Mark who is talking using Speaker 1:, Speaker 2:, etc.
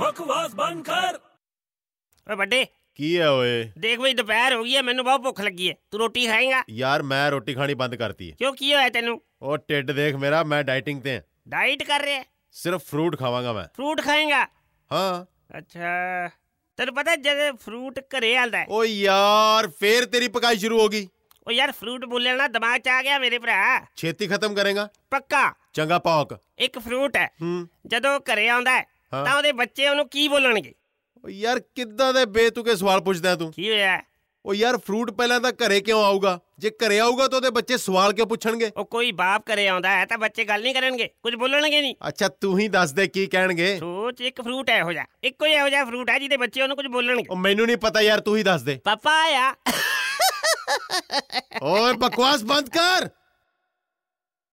Speaker 1: ਬਕਵਾਸ ਬੰਦ ਕਰ
Speaker 2: ਓਏ ਵੱਡੇ
Speaker 3: ਕੀ ਹੈ ਓਏ
Speaker 2: ਦੇਖ ਬਈ ਦੁਪਹਿਰ ਹੋ ਗਈ ਹੈ ਮੈਨੂੰ ਬਹੁਤ ਭੁੱਖ ਲੱਗੀ ਹੈ ਤੂੰ ਰੋਟੀ ਖਾਏਂਗਾ
Speaker 3: ਯਾਰ ਮੈਂ ਰੋਟੀ ਖਾਣੀ ਬੰਦ ਕਰਤੀ ਹੈ
Speaker 2: ਕਿਉਂ ਕੀ ਹੋਇਆ ਤੈਨੂੰ
Speaker 3: ਉਹ ਟਿੱਡ ਦੇਖ ਮੇਰਾ ਮੈਂ ਡਾਈਟਿੰਗ ਤੇ ਹਾਂ
Speaker 2: ਡਾਈਟ ਕਰ ਰਿਹਾ ਹੈ?
Speaker 3: ਸਿਰਫ ਫਰੂਟ ਖਾਵਾਂਗਾ ਮੈਂ
Speaker 2: ਫਰੂਟ ਖਾਏਂਗਾ
Speaker 3: ਹਾਂ
Speaker 2: ਅੱਛਾ ਤੈਨੂੰ ਪਤਾ ਜਦ ਫਰੂਟ ਘਰੇ ਆਂਦਾ ਹੈ
Speaker 3: ਓ ਯਾਰ ਫੇਰ ਤੇਰੀ ਪਕਾਈ ਸ਼ੁਰੂ ਹੋ ਗਈ
Speaker 2: ਉਹ ਯਾਰ ਫਰੂਟ ਬੋਲਣ ਨਾਲ ਦਿਮਾਗ 'ਚ ਆ ਗਿਆ ਮੇਰੇ ਭਰਾ
Speaker 3: ਛੇਤੀ ਖਤਮ ਕਰੇਗਾ
Speaker 2: ਪੱਕਾ
Speaker 3: ਚੰਗਾ ਪੌਕ
Speaker 2: ਇੱਕ ਫਰੂਟ ਹੈ
Speaker 3: ਹੂੰ
Speaker 2: ਜਦੋਂ ਉਹ ਘਰੇ ਆਉਂਦਾ ਹੈ
Speaker 3: ਹਾਂ।
Speaker 2: ਤਾਂ ਉਹਦੇ ਬੱਚੇ ਉਹਨੂੰ ਕੀ ਬੋਲਣਗੇ
Speaker 3: ਓ ਯਾਰ ਕਿੱਦਾਂ ਦੇ ਬੇਤੁਕੇ ਸਵਾਲ ਪੁੱਛਦਾ ਤੂੰ
Speaker 2: ਕੀ ਹੋਇਆ ਹੈ?
Speaker 3: ਓ ਯਾਰ ਫਰੂਟ ਪਹਿਲਾਂ ਤਾਂ ਘਰੇ ਕਿਉਂ ਆਊਗਾ ਜੇ ਘਰੇ ਆਊਗਾ ਤਾਂ ਉਹਦੇ ਬੱਚੇ ਸਵਾਲ ਕਿਉਂ ਪੁੱਛਣਗੇ
Speaker 2: ਉਹ ਕੋਈ ਬਾਪ ਘਰੇ ਆਉਂਦਾ ਹੈ ਤਾਂ ਬੱਚੇ ਗੱਲ ਨਹੀਂ ਕਰਨਗੇ ਕੁਝ ਬੋਲਣਗੇ ਨਹੀਂ
Speaker 3: ਅੱਛਾ ਤੂੰ ਹੀ ਦੱਸ ਦੇ ਕੀ ਕਹਿਣਗੇ
Speaker 2: ਸੋਚ ਇੱਕ ਫਰੂਟ ਹੈ ਇਹੋ ਜਿਹਾ ਇੱਕੋ ਹੀ ਇਹੋ ਜਿਹਾ ਫਰੂਟ ਹੈ ਜਿਹਦੇ ਬੱਚੇ ਉਹਨੂੰ ਕੁਝ ਬੋਲਣਗੇ
Speaker 3: ਓ ਮੈਨੂੰ ਨਹੀਂ ਪਤਾ ਯਾਰ ਤੂੰ ਹੀ ਦੱਸ ਦੇ
Speaker 2: ਪਾਪਾ ਆਇਆ
Speaker 3: ਓਏ ਬਕਵਾਸ ਬੰਦ ਕਰ